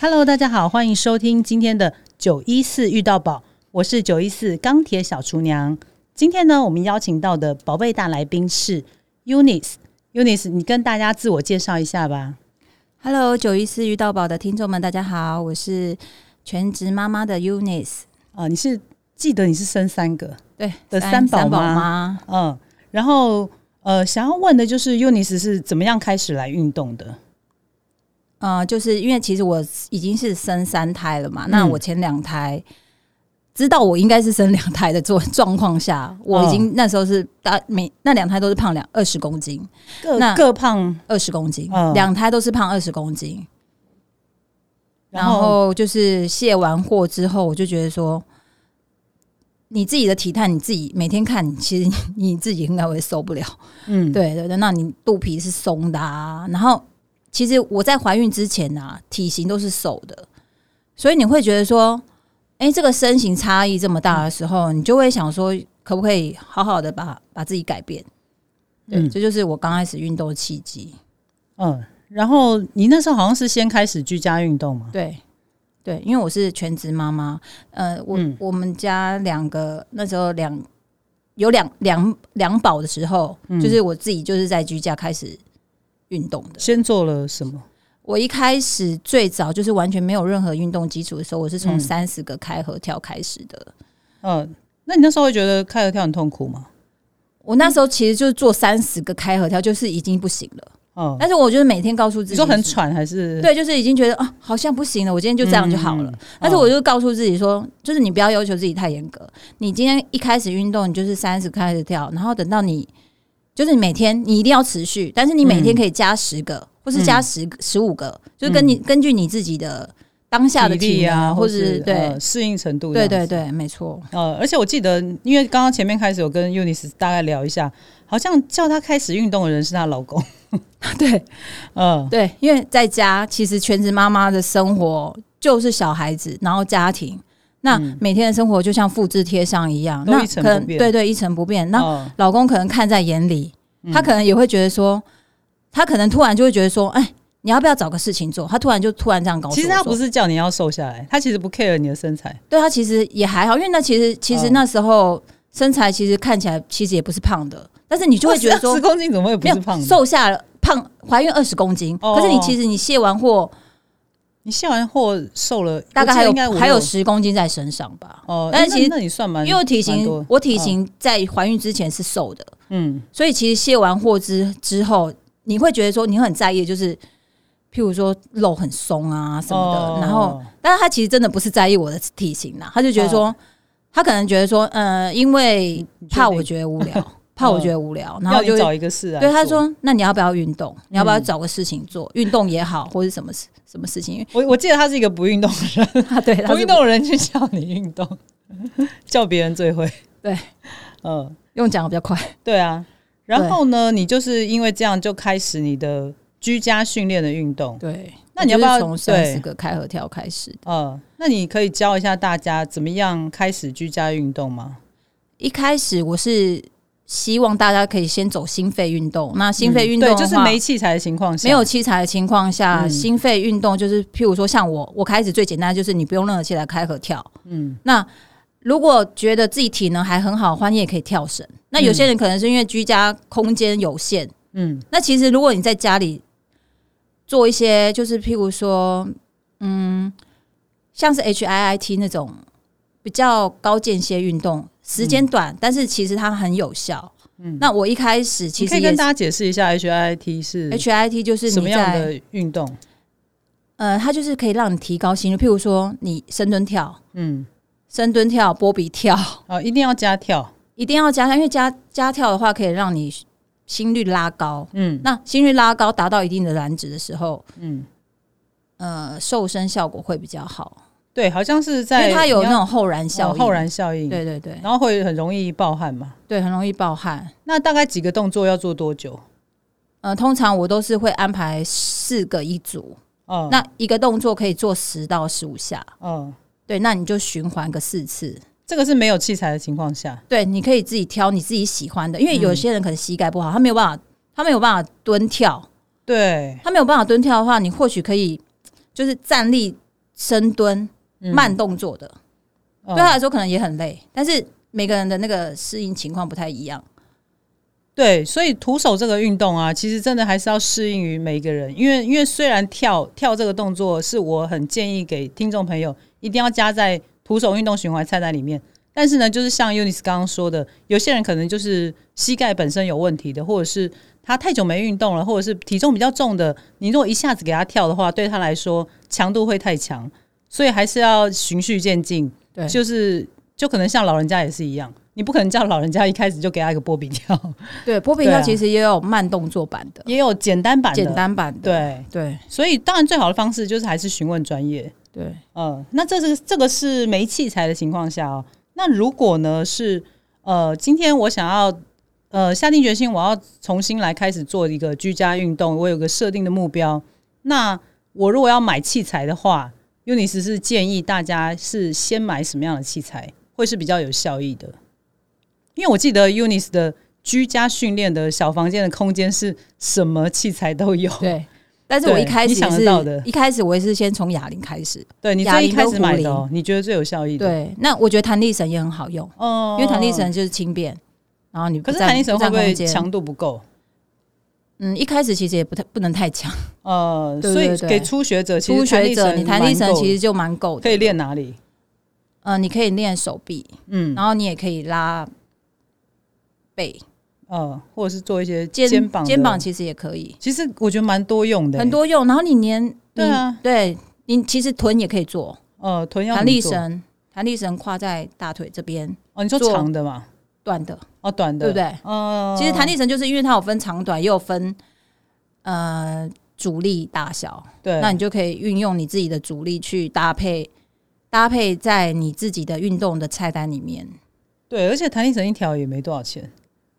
Hello，大家好，欢迎收听今天的九一四遇到宝，我是九一四钢铁小厨娘。今天呢，我们邀请到的宝贝大来宾是 Unis。Unis，你跟大家自我介绍一下吧。 Hello，九一四遇到宝的听众们，大家好，我是全职妈妈的 Unis，啊、你是记得你是生三个，对的三三宝宝妈妈。嗯，然后呃，想要问的就是 Unis 是怎么样开始来运动的？呃，就是因为其实我已经是生三胎了嘛，那嗯我前两胎知道我应该是生两胎的状 状况下，我已经嗯那时候是大每那两胎都是胖两二十公斤，各那各胖，二十公斤嗯，两、胎都是胖二十公斤。然然后后就是卸完货之后，我就觉得说，你自己的体态，你自己每天看，其实你 自己应该会受不了。嗯，对对对，那你肚皮是松的啊。然后其实我在怀孕之前啊，体型都是瘦的，所以你会觉得说，哎、这个身形差异这么大的时候，嗯你就会想说，可不可以好好的把把自己改变？对，嗯这就是我刚开始运动的契机。嗯，然后你那时候好像是先开始居家运动嘛？对。对，因为我是全职妈妈，呃，我、嗯我们家两个那时候两有两两两宝的时候，嗯就是我自己就是在居家开始运动的。先做了什么？我一开始最早就是完全没有任何运动基础的时候，我是从嗯三十个开合跳开始的。嗯，那你那时候会觉得开合跳很痛苦吗？我那时候其实就是做三十个开合跳，就是已经不行了。嗯，但是我就是每天告诉自己你说很是，喘还是？对，就是已经觉得啊，好像不行了，我今天就这样就好了。嗯但是我就告诉自己说，就是你不要要求自己太严格。你今天一开始运动，你就是三十开始跳，然后等到你就是你每天你一定要持续，但是你每嗯天可以加十个，或是加十十五个，就是跟你、根据你自己的当下的体力能啊，或是是对、呃适应程度，对对。对，没错。呃，而且我记得，因为刚刚前面开始有跟 Unis 大概聊一下，好像叫她开始运动的人是她老公。 对 嗯对，因为在家其实全职妈妈的生活就是小孩子，然后家庭，那每天的生活就像复制贴上一嗯样，都那一成可不能变对对一成不变。那嗯老公可能看在眼里，他可能也会觉得说，他可能突然就会觉得说，哎，你要不要找个事情做？他突然就突然这样告诉我其实她不说是叫你要瘦下来，她其实不 care 你的身材。对他其实也还好，因为那其实其实嗯那时候身材其实看起来其实也不是胖的，但是你就会觉得说十公斤怎么会不没哦是有胖的？瘦下了胖，怀孕二十公斤，哦可是你其实你卸完货你卸完货瘦了，大概还我记得应有该还有五六十公斤在身上吧。哦，但诶是那其实那你算蛮，因为我体蛮多型，我体型在怀孕之前是瘦的，嗯所以其实卸完货之之后，你会觉得说你很在意，就是譬如说肉很松啊什么的。哦哦然后，但是他其实真的不是在意我的体型啦，他就觉得说，他可能觉得说，呃，因为你确怕定哦我觉得无聊，怕我觉得无聊，然要后你就会找一个嗯事啊。对他说，那你要不要运动？你要不要找个事情做？运动也好，或者什么事什么事情？因 为我我记得他是一个不运动的人，他对他不是运动的人去叫你运 动，叫别人最会。对，嗯，用讲得比较快。对啊。然后呢，你就是因为这样就开始你的居家训练的运动。对，那你要不要我就是从三对十个开合跳开始？嗯，那你可以教一下大家怎么样开始居家运动吗？一开始我是希望大家可以先走心肺运动。那心肺运动、嗯对，就是没。器材的情况下，没有器材的情况下，嗯心肺运动就是，譬如说像我，我开始最简单就是你不用任何器材开合跳。嗯，那如果觉得自己体能还很好的话，你也可以跳绳。那有些人可能是因为居家空间有限，嗯那其实如果你在家里做一些，就是譬如说，嗯，像是 H I I T 那种比较高间歇运动，时间短，但是其实它很有效。嗯，那我一开始其你可实以也跟是大家解释一下 HIIT 是 H I I T 就是什么你样在的运动？呃，它就是可以让你提高心率，譬如说你深蹲跳、嗯，深蹲跳、波比跳， 哦，一定要加跳，一定要加上，因为加加跳的话可以让你心率拉高。嗯那心率拉高达到一定的燃脂的时候，嗯，呃，瘦身效果会比较好。对，好像是因在为它有你那要种后燃效哦应，后燃效应，对对对然后会很容易暴汗嘛。对，很容易暴汗。那大概几个动作要做多久？呃，通常我都是会安排四个一组，嗯，那一个动作可以做十到十五下，嗯，对，那你就循环个四次。这个是没有器材的情况下，对，你可以自己挑你自己喜欢的，因为有嗯些人可能膝盖不好，他没有办法，他没有办法蹲跳，对，他没有办法蹲跳的话，你或许可以就是站立深蹲、嗯慢动作的，哦对啊他来说可能也很累，但是每个人的那个适应情况不太一样。对，所以徒手这个运动啊，其实真的还是要适应于每一个人，因为因为虽然跳跳这个动作是我很建议给听众朋友一定要加在徒手运动循环菜单里面，但是呢，就是像 Unis 刚刚说的，有些人可能就是膝盖本身有问题的，或者是他太久没运动了，或者是体重比较重的，你如果一下子给他跳的话，对他来说强度会太强，所以还是要循序渐进，对就是就可能像老人家也是一样。你不可能叫老人家一开始就给他一个波比跳，对，波比对啊跳其实也有慢动作版的、也有简单版的，简单版的。对，对所以当然最好的方式就是还是询问专业。对嗯，那这是这个是没器材的情况下哦。那如果呢是呃，今天我想要呃下定决心，我要重新来开始做一个居家运动，我有个设定的目标。那我如果要买器材的话，Unis 是建议大家是先买什么样的器材会是比较有效益的？因为我记得 Unis 的居家训练的小房间的空间是什么器材都有，对。但是我一哦对开你始想也得是到的一开始我也是先从哑铃开始。对你哑最一铃开跟始壶买的铃哦，你觉得最有效益的？对，那我觉得弹力绳也很好用，哦因为弹力绳就是轻便，然后你不可是占弹力绳会不会？占空间强度不够？嗯，一开始其实也不太不能太强。呃，对所以对对给初学者，其实初学者，弹力绳你弹力蛮绳够其实就蛮够可的。以练哪里？嗯、你可以练手臂，嗯，然后你也可以拉背、呃，或者是做一些肩肩膀的肩膀，其实也可以，其实我觉得蛮多用的，欸很多用。然后你连对啊你对你其实臀也可以做，呃臀要弹力怎么做绳，弹力绳跨在大腿这边，哦，你说做长的嘛，短的，哦短的对不？对？呃，其实弹力绳就是因为它有分长短，也有分呃阻力大小，对，那你就可以运用你自己的阻力去搭配搭配在你自己的运动的菜单里面。对，而且弹力绳一条也没多少钱，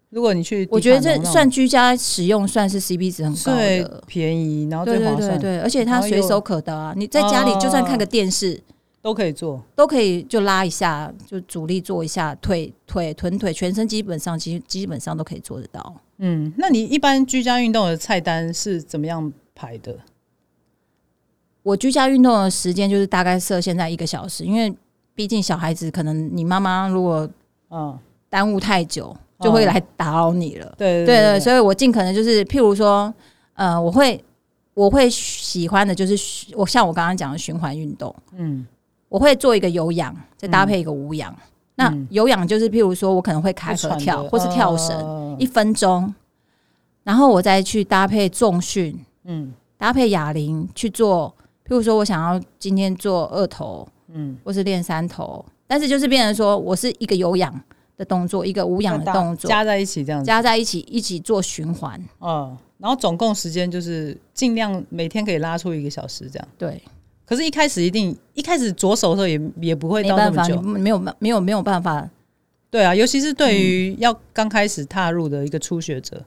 如果你去迪卡侬那种，我觉得这算居家使用，算是 CP 值很高最的。便宜，然后对最对划对算，对，而且它随手可得啊！你在家里就算啊看个电视，都可以做。都可以就拉一下，就主力做一下，腿腿臀腿全身基本上基基本上都可以做得到。嗯，那你一般居家运动的菜单是怎么样排的？我居家运动的时间就是大概设现在一个小时，因为毕竟小孩子可能你妈妈如果嗯，耽误太久，就会来打扰你了。对对对，对所以我尽可能就是，譬如说，呃，我会我会喜欢的就是循我像我刚刚讲的循环运动，嗯我会做一个有氧，再搭配一个无氧。那嗯有氧就是譬如说我可能会开合跳或是跳绳、绳一分钟，然后我再去搭配重训，嗯搭配哑铃去做。譬如说我想要今天做二头嗯，或是练三头，但是就是变成说我是一个有氧的动作，一个无氧的动作。加在一起这样子。加在一起一起做循环，嗯，然后总共时间就是尽量每天可以拉出一个小时这样。对，可是，一开始一定一开始着手的时候也也不会没到那办么法，你久。没有没有没有办法，对啊，尤其是对于要刚开始踏入的一个初学者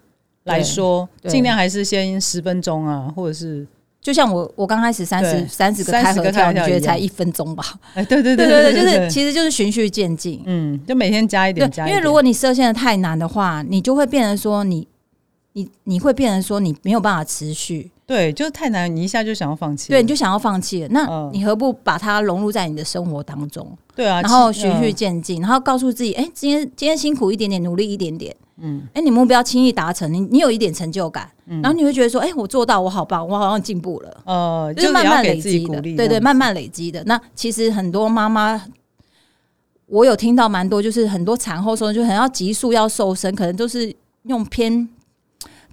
来说，嗯对尽量还是先十分钟啊，或者是就像我我刚开始三对十三十个30开合个开合跳，你跳觉得一才样一分钟吧？哎，对对对对对对，就是对，其实就是循序渐进。嗯，就每天加一对点，加一因点，为如果你设限的太难的话，你就会变成说你你你会变成说你没有办法持续，对就是太难，你一下就想要放弃了，对，你就想要放弃了。那嗯你何不把它融入在你的生活当中，对啊，然后其循序渐进，然后告诉自己，哎，今天今天辛苦一点点，努力一点点，嗯哎，你目标轻易达成，你你有一点成就感，然后你会觉得说，哎，我做到，我好棒，我好像进步了。嗯呃，就是是慢也要慢给累自己积鼓的，励，对对，慢慢累积的。那其实很多妈妈，我有听到蛮多，就是很多产后说就很要急速要瘦身，可能就是用偏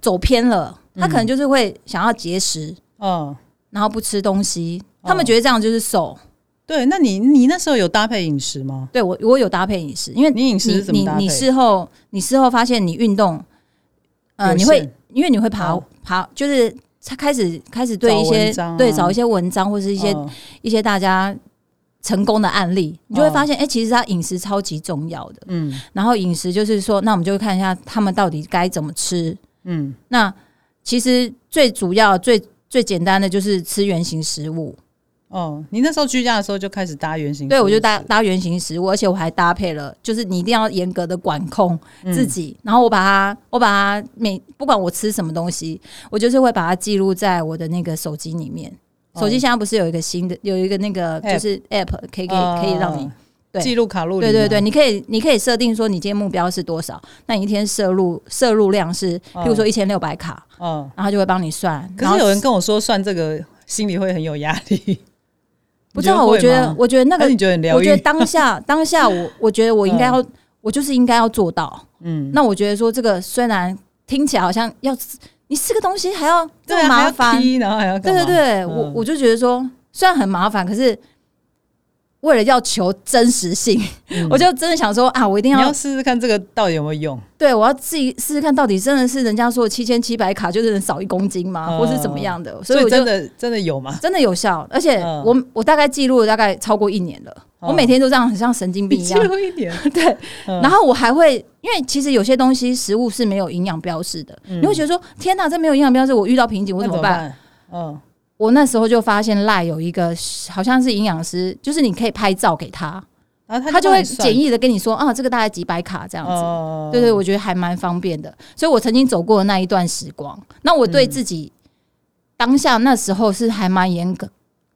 走偏了，她可能就是会想要节食，嗯。然后不吃东西，哦他们觉得这样就是瘦。对，那你你那时候有搭配饮食吗？对我，我有搭配饮食，因为你饮食是你怎么你搭配？你事后你事后发现你运动，呃，有你会限因为你会爬哦爬，就是他开始开始对找一些文章啊对找一些文章或是一些嗯一些大家成功的案例，你就会嗯发现，哎、其实他饮食超级重要的。嗯然后饮食就是说，那我们就看一下他们到底该怎么吃。嗯那其实最主要、最最简单的就是吃原型食物。哦，你那时候居家的时候就开始搭原型，对，我就搭搭搭原型食物，而且我还搭配了，就是你一定要严格的管控嗯自，己。然后我把它，我把它每不管我吃什么东西，我就是会把它记录在我的那个手机里面。嗯手机现在不是有一个新的，有一个那个就是哦 app 哦可以可以可以让你，对哦记录卡路里，对对对，，你可以你可以设定说你今天目标是多少，那你一天摄入摄入量是，譬如说一千六百卡，嗯。然后它就会帮你算。哦可然后是有人跟我说算这个心里会很有压力，不知道，我觉得我觉得 那那个个你觉得很疗我觉得愈？当下当下我我觉得我应该要，我就是应该要做到。嗯，那我觉得说这个虽然听起来好像要你吃个东西还要这对啊，么还麻要烦，踢然后还要干对嘛对对，我嗯我就觉得说虽然很麻烦，可是为了要求真实性，嗯我就真的想说啊，我一定你要要试试看这个到底有没有用，对我要自己试试看，到底真的是人家说七千七百卡就是能少一公斤吗，嗯或是怎么样的？所所以我以就真的真的有吗？真的有效，而且嗯我、我大概记录了大概超过一年了，嗯我每天都这样，很像神经病你 一记样。录一点，对，嗯然后我还会，因为其实有些东西食物是没有营养标示的，嗯你会觉得说天哪，这没有营养标示，我遇到瓶颈我那怎怎么么办？办？嗯，我那时候就发现赖有一个好像是营养师，就是你可以拍照给他，然后他就帮会你算简易的跟你说啊，这个大概几百卡这样子。哦对对，我觉得还蛮方便的。所以我曾经走过的那一段时光，那我嗯对自己、当下那时候是还蛮严格，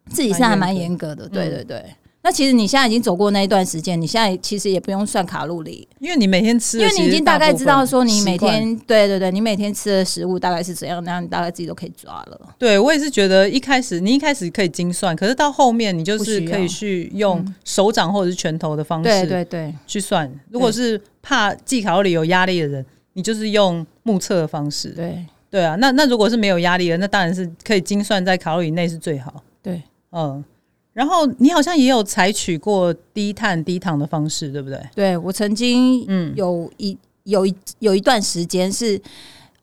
自己是还蛮严格蛮严的。格嗯对对对。那其实你现在已经走过那一段时间，你现在其实也不用算卡路里，因为你每天吃的因为其实大部分，你已经大概知道说你每习惯天对对对，你每天吃的食物大概是怎样，那样你大概自己都可以抓了。对我也是觉得一开始你一开始可以精算，可是到后面你就不是需要嗯可以去用手掌嗯或者是拳头的方对式对对，去算。如果是怕记卡路里有压力的人，你就是用目测的方式。对对啊，那那如果是没有压力的，那当然是可以精算在卡路里内是最好。对，嗯，然后你好像也有采取过低碳低糖的方式，对不对？对，我曾经嗯有一有一有一段时间是，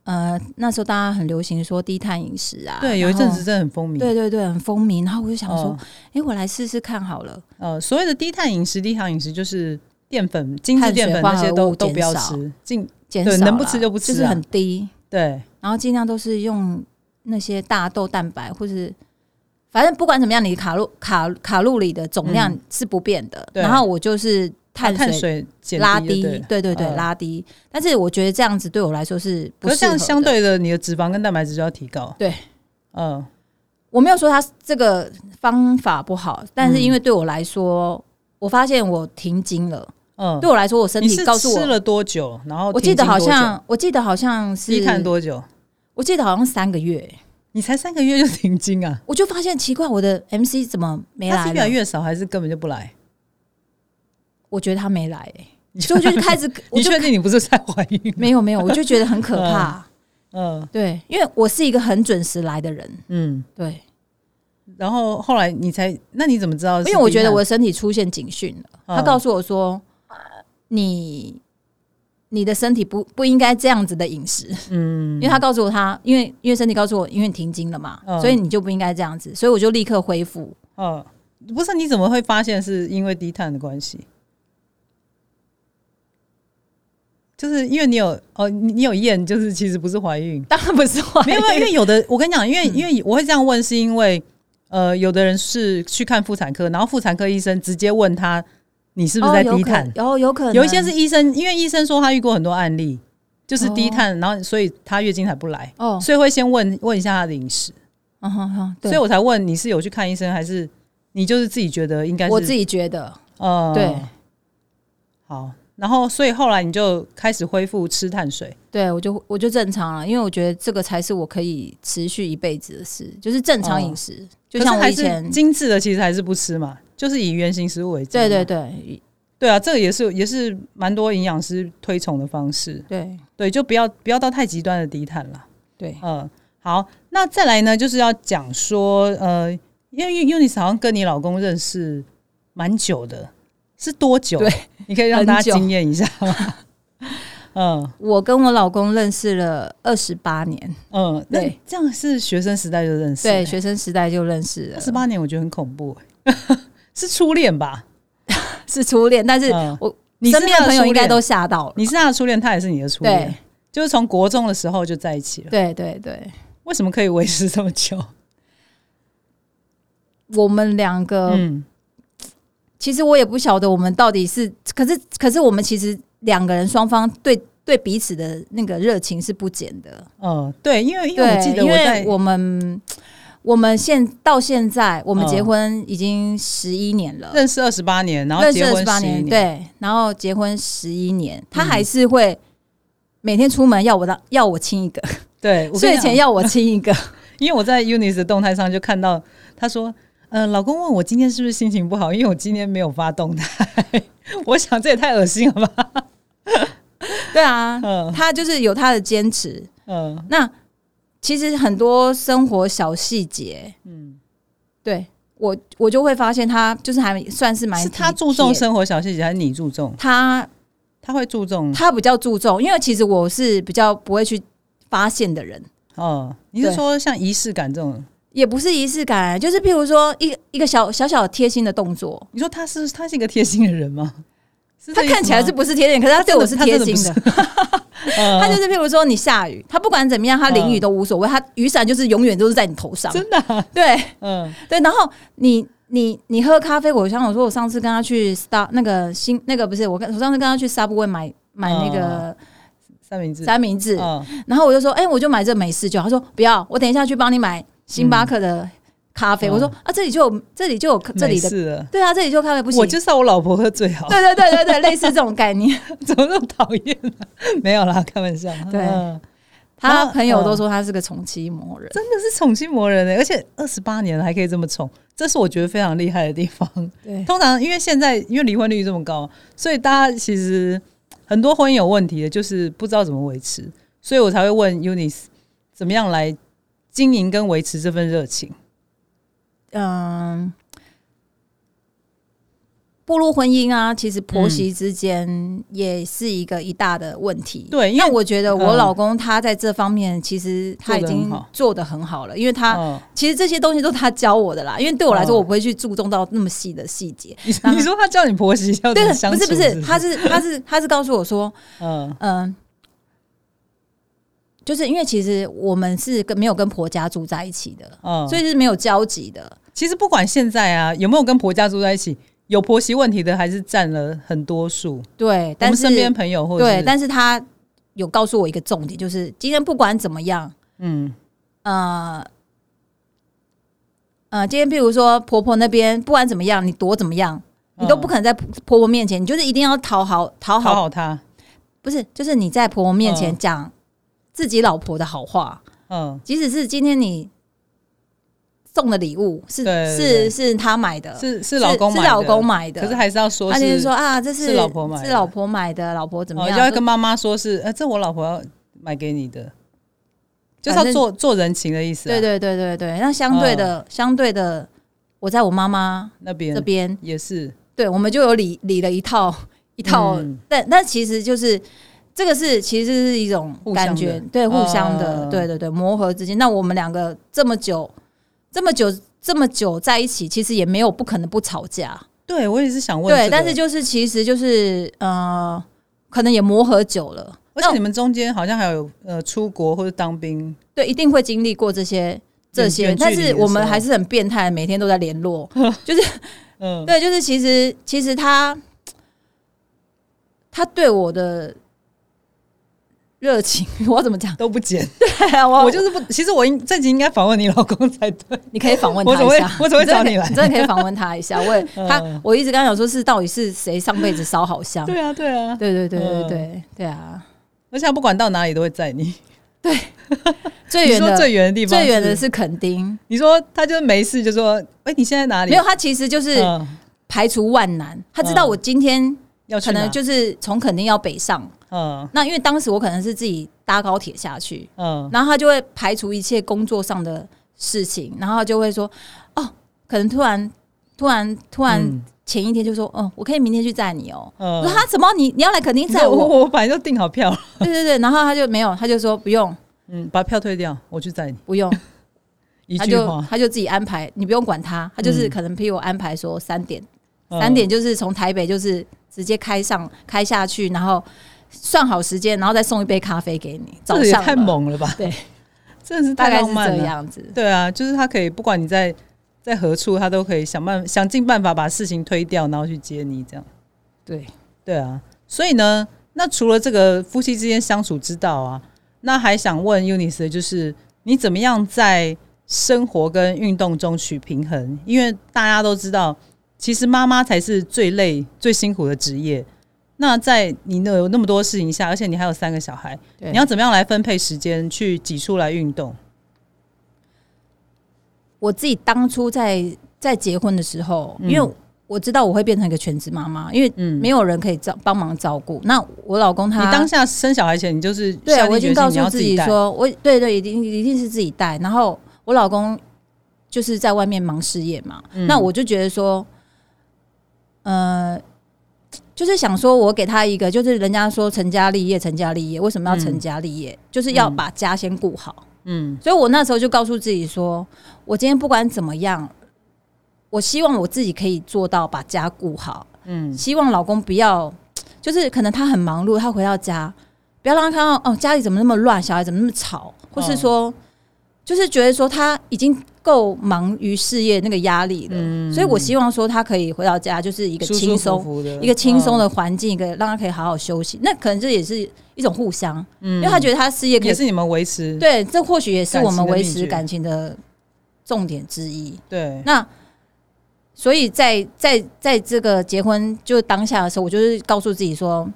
呃，那时候大家很流行说低碳饮食啊，对，有一然后阵子真的很风靡。对对对，很风靡。然后我就想说嗯，哎、我来试试看好了。呃，所谓的低碳饮食、低糖饮食就是淀粉、精致碳水淀粉化那些合都物都减不要少吃，尽减对少能不啦吃就不吃就是啊很低。对然后尽量都是用那些大豆蛋白，或是反正不管怎么样，你卡路卡卡路里的总量是不变的。嗯对然后我就是碳把碳水水减拉低就低，对了。对对嗯拉低。但是我觉得这样子对我来说是不可是这样适合相的。对的，你的脂肪跟蛋白质就要提高。对，嗯，我没有说它这个方法不好，但是因为对我来说，我发现我停经了。嗯，对我来说，我身你体是告诉吃我，了多久？然后我记停得经好哦多久像，我记得好像是低碳多久？我记得好像三个月，你才三个月就停经啊？我就发现奇怪，我的 MC 怎么没它来是越来了？越少，还是根本就不来？我觉得他没来、 欸你所以我就开始，我你就确定你不是在怀孕？没有没有，我就觉得很可怕。 嗯对，因为我是一个很准时来的人，嗯，对，然后后来你才，那你怎么知道是低因碳？为我觉得我的身体出现警讯了，嗯他告诉我说，你你的身体不不应该这样子的饮食，嗯因为他告诉我他，因为因为身体告诉我，因为你停经了嘛，嗯所以你就不应该这样子，所以我就立刻恢复。嗯，不是，你怎么会发现是因为低碳的关系？就是因为你有哦，你你有验，就是其实不是怀 孕，当然不是怀没有没有，因为有的我跟你讲，因为嗯因为我会这样问，是因为呃，有的人是去看妇产科，然后妇产科医生直接问他你是不是在低碳，然哦后有可能有一些是医生，因为医生说他遇过很多案例，就是低碳，然后所以他月经才不来，哦，所以会先问问一下他的饮食，嗯哼哼，对所以我才问你是有去看医生，还是你就是自己觉得应该是我自己觉得，呃对好，然后所以后来你就开始恢复吃碳水，对我就我就正常了，因为我觉得这个才是我可以持续一辈子的事，就是正常饮食，就像哦可我以是还前是，精致的，其实还是不吃嘛，就是以原型食物为主嘛。对对对对啊，这个也是也是蛮多营养师推崇的方式，对对，就不要不要到太极端的低碳啦。对，嗯，好，那再来呢，就是要讲说，呃，因为 Unis 好像跟你老公认识蛮久的，是多久？对，你可以让大很家久惊艳一下吗。嗯我跟我老公认识了二十八年，嗯，那对这样是学生时代就认识、对，学生时代就认识二了，十八年，我觉得很恐怖、欸 是初恋吧？是初恋，但是嗯我你是身边他的朋友初应该恋都吓到了，你是他的初恋，他也是你的初对恋，就是从国中的时候就在一起了。对对对，为什么可以维持这么久？我们两个嗯，其实我也不晓得我们到底是，可是可是我们其实两个人双方对对彼此的那个热情是不减的。哦、对，因为因为对我记，得因我在为我们我们现到现在，我们嗯结婚已经十一年了，认识二十八年，然后认识结二婚十八11年，年，嗯对，然后结婚十一年，他还是会每天出门要我的要我亲一个，对，我跟你睡讲前要我亲一个， 因为我在 Unis 的动态上就看到他说，呃，老公问我今天是不是心情不好，因为我今天没有发动态。 我想这也太恶心了吧？对啊，嗯他就是有他的坚持。嗯那其实很多生活小细节，嗯，对我我就会发现他就是还算是蛮是他体注重贴生活小细节，还是你注重？他他会注重，他比较注重，因为其实我是比较不会去发现的人，哦、你是对说像仪式感这种？也不是仪式感，啊就是譬如说一个一个小小小贴心的动作，你说他是他是一个贴心的人 吗？是这他意思看起来吗是，不是贴心？可是他对我是贴心的，嗯他就是譬如说你下雨，他不管怎么样，他淋雨都无所谓，他雨伞就是永远都是在你头上，真的啊、对嗯对。然后你你你喝咖啡，我像我说我上次跟他去 Star 那个新那个不是我跟我上次跟他去 Subway 买买那嗯个三明治，三明治，嗯然后我就说，哎、我就买这美式就好。他说不要，我等一下去帮你买星巴克的咖啡。嗯我说啊，这里就有这里就有这里没的，事了。对啊，这里就有咖啡不行。我就是要我老婆喝最好，对对对对对，类似这种概念。 怎么那么讨厌呢、没有啦，开玩笑。对嗯他然后朋友都说他是个宠妻魔人，真的是宠妻魔人欸呢、而且二十八年了还可以这么宠，这是我觉得非常厉害的地方。对通常因为现在因为离婚率这么高，所以大家其实很多婚姻有问题的，就是不知道怎么维持，所以我才会问 Unis 怎么样来经营跟维持这份热情。嗯。步入婚姻啊，其实婆媳之间也是一个一大的问题。对因为那我觉得嗯我老公他在这方面其实他已做得很经好做的很好了，因为他嗯其实这些东西都是他教我的啦，因为对我来说，哦我不会去注重到那么细的细节。你然后你说他叫你婆媳要怎对么的，相不处是不是是，他是他是他是告诉我说，嗯嗯、就是因为其实我们是跟没有跟婆家住在一起的，嗯，所所以以是没有交集的。其实不管现在啊有没有跟婆家住在一起，有婆媳问题的还是占了很多数。对，我但们是身边朋友或者对是，但是他有告诉我一个重点，就是今天不管怎么样，嗯呃。呃，今天譬如说婆婆那边，不管怎么样，你躲怎么样，你都嗯不可能在婆婆婆面前，你就是一定要讨好讨讨好好他，不是，就是你在婆婆面前嗯讲自己老婆的好话，嗯，即使是今天你送的礼物是对对对是是他买的，是是老公买的，是老公买的，可是还是要说他是，就是说啊，这是是老婆买的是老婆买的，老婆怎么哦，样？就要跟妈妈说是，呃，这我老婆要买给你的，就是要做做人情的意思、啊。对，对对对对，那相对的、相对的，我在我妈妈那嗯这边边，也是对我们就有理理了一套一套，嗯但但其实就是。这个是其实是一种互相感觉的，对互相的，嗯对对对磨合之间。那我们两个这么久，这么久，这么久在一起，其实也没有不可能不吵架，对我也是想问、对。但是。就是其实就是呃，可能也磨合久了，而且那你们中间好像还有呃出国或者当兵，对一定会经历过这些这些远，距离但的是我们时候还是很变态，每天都在联络。嗯，对，就是其实其实他他对我的热情， 我要怎么讲？都不减。对啊，我我就是不，其实我应这集应该访问你老公才对。你可以访问我他怎么一会下，我怎么会真的找可以你来真的可以访问他一下。我也 嗯他，我一直跟他讲说是到底是谁上辈子烧好香？对啊，对啊，对对对对嗯对对啊！而且他不管到哪里都会载你。 最你远说的最远的地方，最远的，是垦丁，你说他就是没事就说，哎，你现在哪里？没有他其实就是嗯排除万难，他知道嗯我今天要去可能哪就是从垦丁要北上，嗯那因为当时我可能是自己搭高铁下去，嗯然后他就会排除一切工作上的事情，然后他就会说哦，可能突然突然突然嗯前一天就说哦，我可以明天去载你哦。嗯我说他什么？你你要来垦丁你载说我？我我本来就订好 票了，对对对，然后他就没有，他就说不用嗯，把票退掉，我去载你。不用，一他句就话，他就自己安排，你不用管他，他就嗯是可能譬如我安排说三点，三点就是从台北就是直接开上开下去，然后算好时间，然后再送一杯咖啡给你，这早个也上太了，猛了吧？对，真的是大太概浪是漫这了。样子。对啊，就是他可以不管你在在何处，他都可以想办想尽办法把事情推掉，然后去接你这样。对，对啊，所以呢，那除了这个夫妻之间相处之道啊，那还想问 Unis 的就是，你怎么样在生活跟运动中取平衡，因为大家都知道，其实妈妈才是最累、最辛苦的职业。那在你那有那么多事情下，而且你还有三个小孩，对你要怎么样来分配时间去挤出来运动？我自己当初在在结婚的时候，嗯因为我知道我会变成一个全职妈妈，因为嗯，没有人可以照帮忙照顾。那我老公你他当下生小孩前，你就是啊对下定我已经决心告你要诉自自己带，说，我对对，一定一定是自己带。然后我老公就是在外面忙事业嘛，嗯那我就觉得说，呃，就是想说我给他一个，就是人家说成家立业，成家立业，为什么要成嗯家立业？就是要嗯把家先顾好。嗯所以我那时候就告诉自己说，我今天不管怎么样，我希望我自己可以做到把家顾好，嗯希望老公不要，就是可能他很忙碌，他回到家，不要让他看到哦家里怎么那么乱，小孩怎么那么吵，或是哦说，就是觉得说他已经够忙于事业那个压力了，嗯所以我希望说他可以回到家就是一个舒舒轻服嗯松。服的一个轻松的，的环境，一个让他可以好好休息，那可能这也是一种互相，嗯因为他觉得他事业得可以也是你们维持对，这或许也是感我情们的维秘持诀感情的重点之一。对那所以在在在这个结婚就当下的时候，我就是告诉自己说，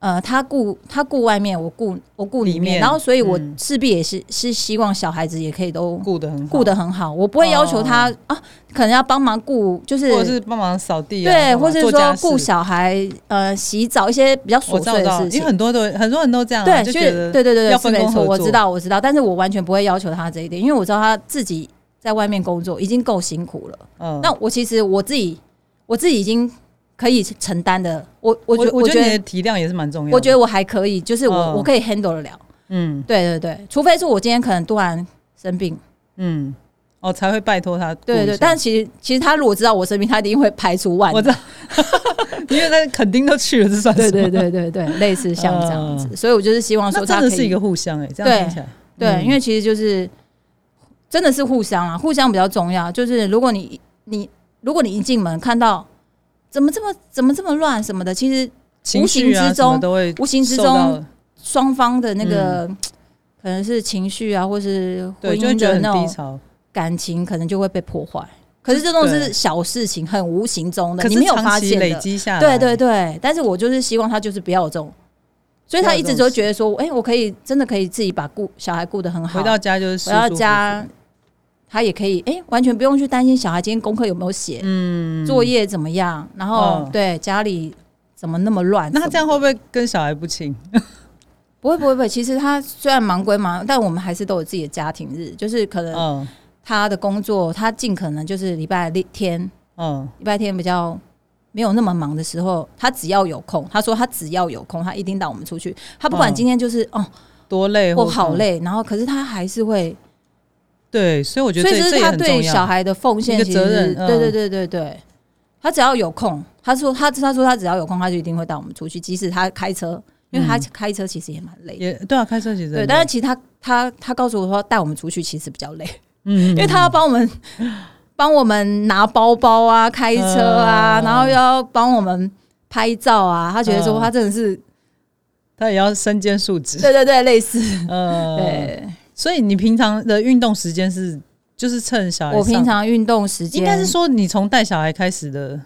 呃，他顾他顾外面，我顾我顾里里面，面然后所以我嗯势必也是、是希望小孩子也可以都顾得很好，哦顾得很好，我不会要求他、啊，可能要帮忙顾，就是或者是帮忙扫地啊，干对，嘛或是做说家顾事小孩呃洗澡一些比较琐我知道，我碎知的道事因为情。很多都很多人都这样啊，对，就就觉是得对对对要对，是分没工错，合我知作道我知道，但是我完全不会要求他这一点，因为我知道他自己在外面工作已经够辛苦了。嗯，那我其实我自己我自己已经可以承担的，我我我觉我我觉得你觉的得体谅也是蛮重要的，我觉得我还可以，就是我、嗯我可以 handle 得了。嗯对对对，除非是我今天可能突然生病，嗯，哦才会拜托他顾一下，对对对，但其实其实他如果知道我生病，他一定会排除万我知 难。道，因为他肯定都去了，这算对什对么？对对对，类似像这样子，所以我就是希望说嗯那他真可的以是一个互相哎，这对样听起来，对，嗯因为其实就是真的是互相啊，互相比较重要。就是如果你你如果你一进门看到怎么这么怎么这么乱什么的，其实情绪无形啊之什么中都会无形之受到嗯中双方的那个、可能是情绪啊，或是婚对，就会姻觉得很的那低种潮。感情，可能就会被破坏。可是这种对是小事情，很无形中的，可你是没有发长期现累的。积下来，对对对，但是我就是希望他就是不要有这种，所以他一直都觉得说，哎、我可以真的可以自己把顾小孩顾得很好，回到家就是舒回到舒服家，他也可以，哎、完全不用去担心小孩今天功课有没有写，嗯，作业怎么样，然后、嗯对家里怎么那么乱什那么的，他这样会不会跟小孩不亲？不会不会不会，其实他虽然忙归忙，但我们还是都有自己的家庭日，就是可能嗯他的工作，他尽可能就是礼拜六天，嗯，礼拜天比较。没有那么忙的时候，他只要有空，他说他只要有空，他一定带我们出去。他不管嗯今天就是、多累哦，我或好什么，累，然后可是他还是会对，所以我觉得所以这这这是也他很对重小要。孩的奉一献，个其责实任嗯对对对对对，他只要有空，他说他他说他只要有空，他就一定会带我们出去，即使他开车，因为他嗯开车其实也蛮累的。也对啊，开车其实对，很但是累其实他他他告诉我说，带我们出去其实比较累，嗯，因为他要帮我们帮我们拿包包啊、开车啊，嗯然后又要帮我们拍照啊。他觉得说嗯他真的是、他也要身兼数职，对对对，类似呃，对。所以你平常的运动时间是就是趁小孩上，我平常运动时间应该是说你从带小孩开始的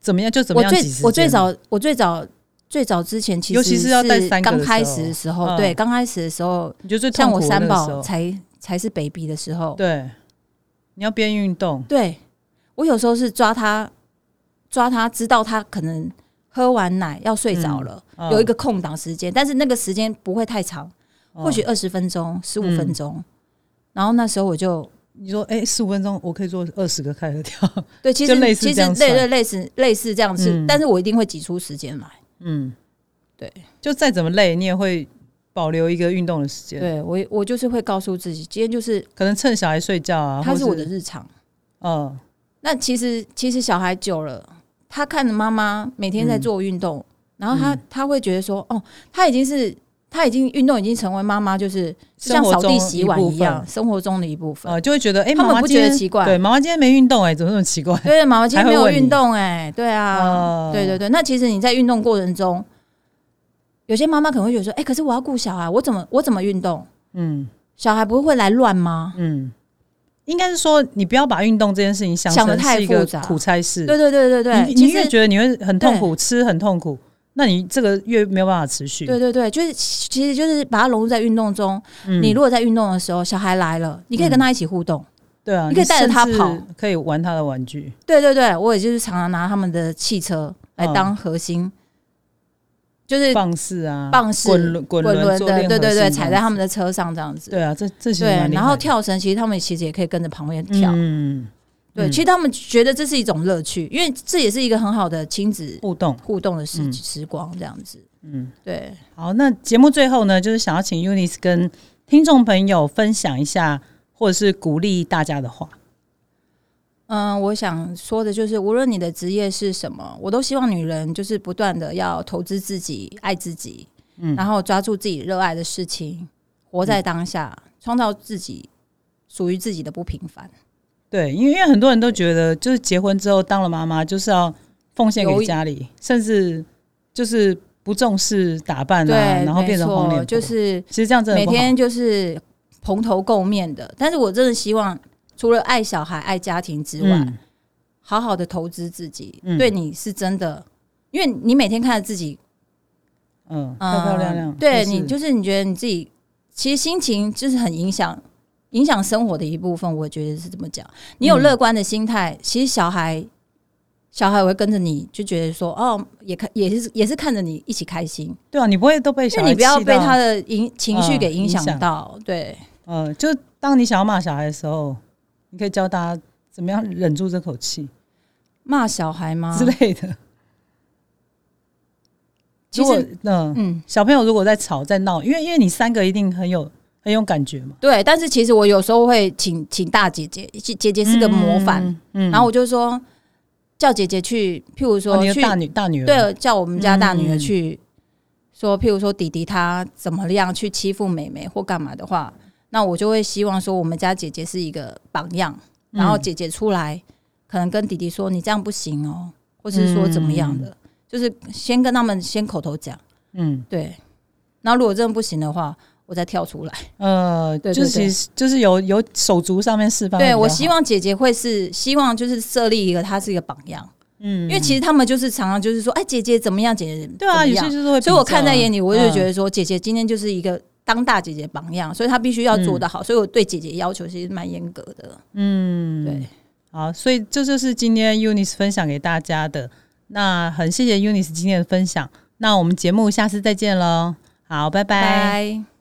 怎么样就怎么我样最挤时间我最早我最早最早之前，其实尤其是要带三个的刚时候开始的时候，嗯对，刚开始的时候，你就最像痛苦我的三那个时宝候，才才是 baby 的时候，对，你要边运动，对我有时候是抓他抓他，知道他可能喝完奶要睡着了，嗯有一个空档时间，但是那个时间不会太长，嗯或许二十分钟、十五分钟。然后那时候我就你说哎，十、5五分钟我可以做二十个开合跳，对，其就类实似这其实样类算对类似类似这样子，嗯但是我一定会挤出时间来。嗯，对，就再怎么累你也会保留一个运动的时间，对我我就是会告诉自己，今天就是可能趁小孩睡觉啊，它或是是我的，日常。嗯那其实其实小孩久了，他看着妈妈每天嗯在做运动，然后他、他会觉得说，哦，他已经是他已经运动已经成为妈妈就是就像生活扫地中洗一碗部一样分生活中的一部分。呃，就会觉得哎，他妈们妈不今觉天得奇怪，对，妈妈今天没运动哎、怎么那么奇怪？对，啊妈妈今天还没会有问你运动哎、对啊，哦对对对。那其实你在运动过程中，有些妈妈可能会觉得说，哎、可是我要顾小孩，我怎么我怎么运动？嗯小孩不会来乱吗？嗯，应该是说你不要把运动这件事情想想得成太是一个复杂苦差事，对对对对对，你你其越实觉得你会很痛苦，吃很痛苦，那你这个越没有办法持续。对对对，就是其实就是把它融入在运动中。嗯你如果在运动的时候，小孩来了，你可以跟他一起互动。对啊，你可以带着他跑，可以玩他的玩具。对对对，我也就是常常拿他们的汽车来嗯当核心，就是棒式啊，棒式滚轮、滚滚轮做练的，核对对心这对，样踩在他们的车上这样子。啊对啊，这这些对，然后跳绳，其实他们其实也可以跟着旁边跳。嗯，对，嗯其实他们觉得这是一种乐趣，因为这也是一个很好的亲子互动。互动的时、嗯时光，这样子。嗯，对，好，那节目最后呢，就是想要请 Unis 跟听众朋友分享一下，或者是鼓励大家的话。嗯，我想说的就是，无论你的职业是什么，我都希望女人就是不断的要投资自己，爱自己，嗯然后抓住自己热爱的事情，活在当下，创造自己属于自己的不平凡，对，因为因为很多人都觉得，就是结婚之后当了妈妈，就是要奉献有给一家里，甚至就是不重视打扮对，啊，然后变成没黄脸错，婆。就是其实这样真的每不好天就是蓬头垢面的。但是我真的希望，除了爱小孩、爱家庭之外，嗯好好的投资自己，嗯对你是真的，因为你每天看着自己，嗯，嗯，漂漂亮亮，对是你就是你觉得你自己，其实心情就是很影响影响生活的一部分。我觉得是这么讲，你有嗯乐观的心态，其实小孩。小孩会跟着你，就觉得说哦，也看也是也是看着你一起开心，对啊，你不会都被因小为孩你不要气被到他的影情绪嗯给影影响响到。对，呃，就当你想要骂小孩的时候，你可以教大家怎么样忍住这口气骂小孩吗？之类的。其如果实，嗯，嗯，小朋友如果在吵在闹，因为因为你三个一定很有很有感觉嘛。对，但是其实我有时候会请请大姐姐，姐姐姐是个模范，嗯，嗯然后我就说叫姐姐去，譬如说哦你的去，大女大女儿，对，叫我们家大女儿嗯去、说，譬如说弟弟他怎么样去欺负妹妹或干嘛的话，那我就会希望说我们家姐姐是一个榜样，嗯然后姐姐出来可能跟弟弟说你这样不行哦，或是说怎么样的，就是先跟他们先口头讲，嗯对，然后如果真的不行的话，我再跳出来。呃，对对就是对其实就是有有手足上面示范会比对较好，我希望姐姐会是希望就是设立一个她是一个榜样，嗯，因为其实实他们就是常常就是说，哎，姐姐怎么样，姐姐对啊，怎有么些样就是会比较啊，所以我看在眼里，我就觉嗯得说，姐姐今天就是一个当大姐姐榜样，所以她必须要做得好，所以我对姐姐要求其实蛮严格的。嗯，对，好，所以这就是今天 Unis 分享给大家的。那很谢谢 Unis 今天的分享。那我们节目下次再见喽。好，拜拜拜。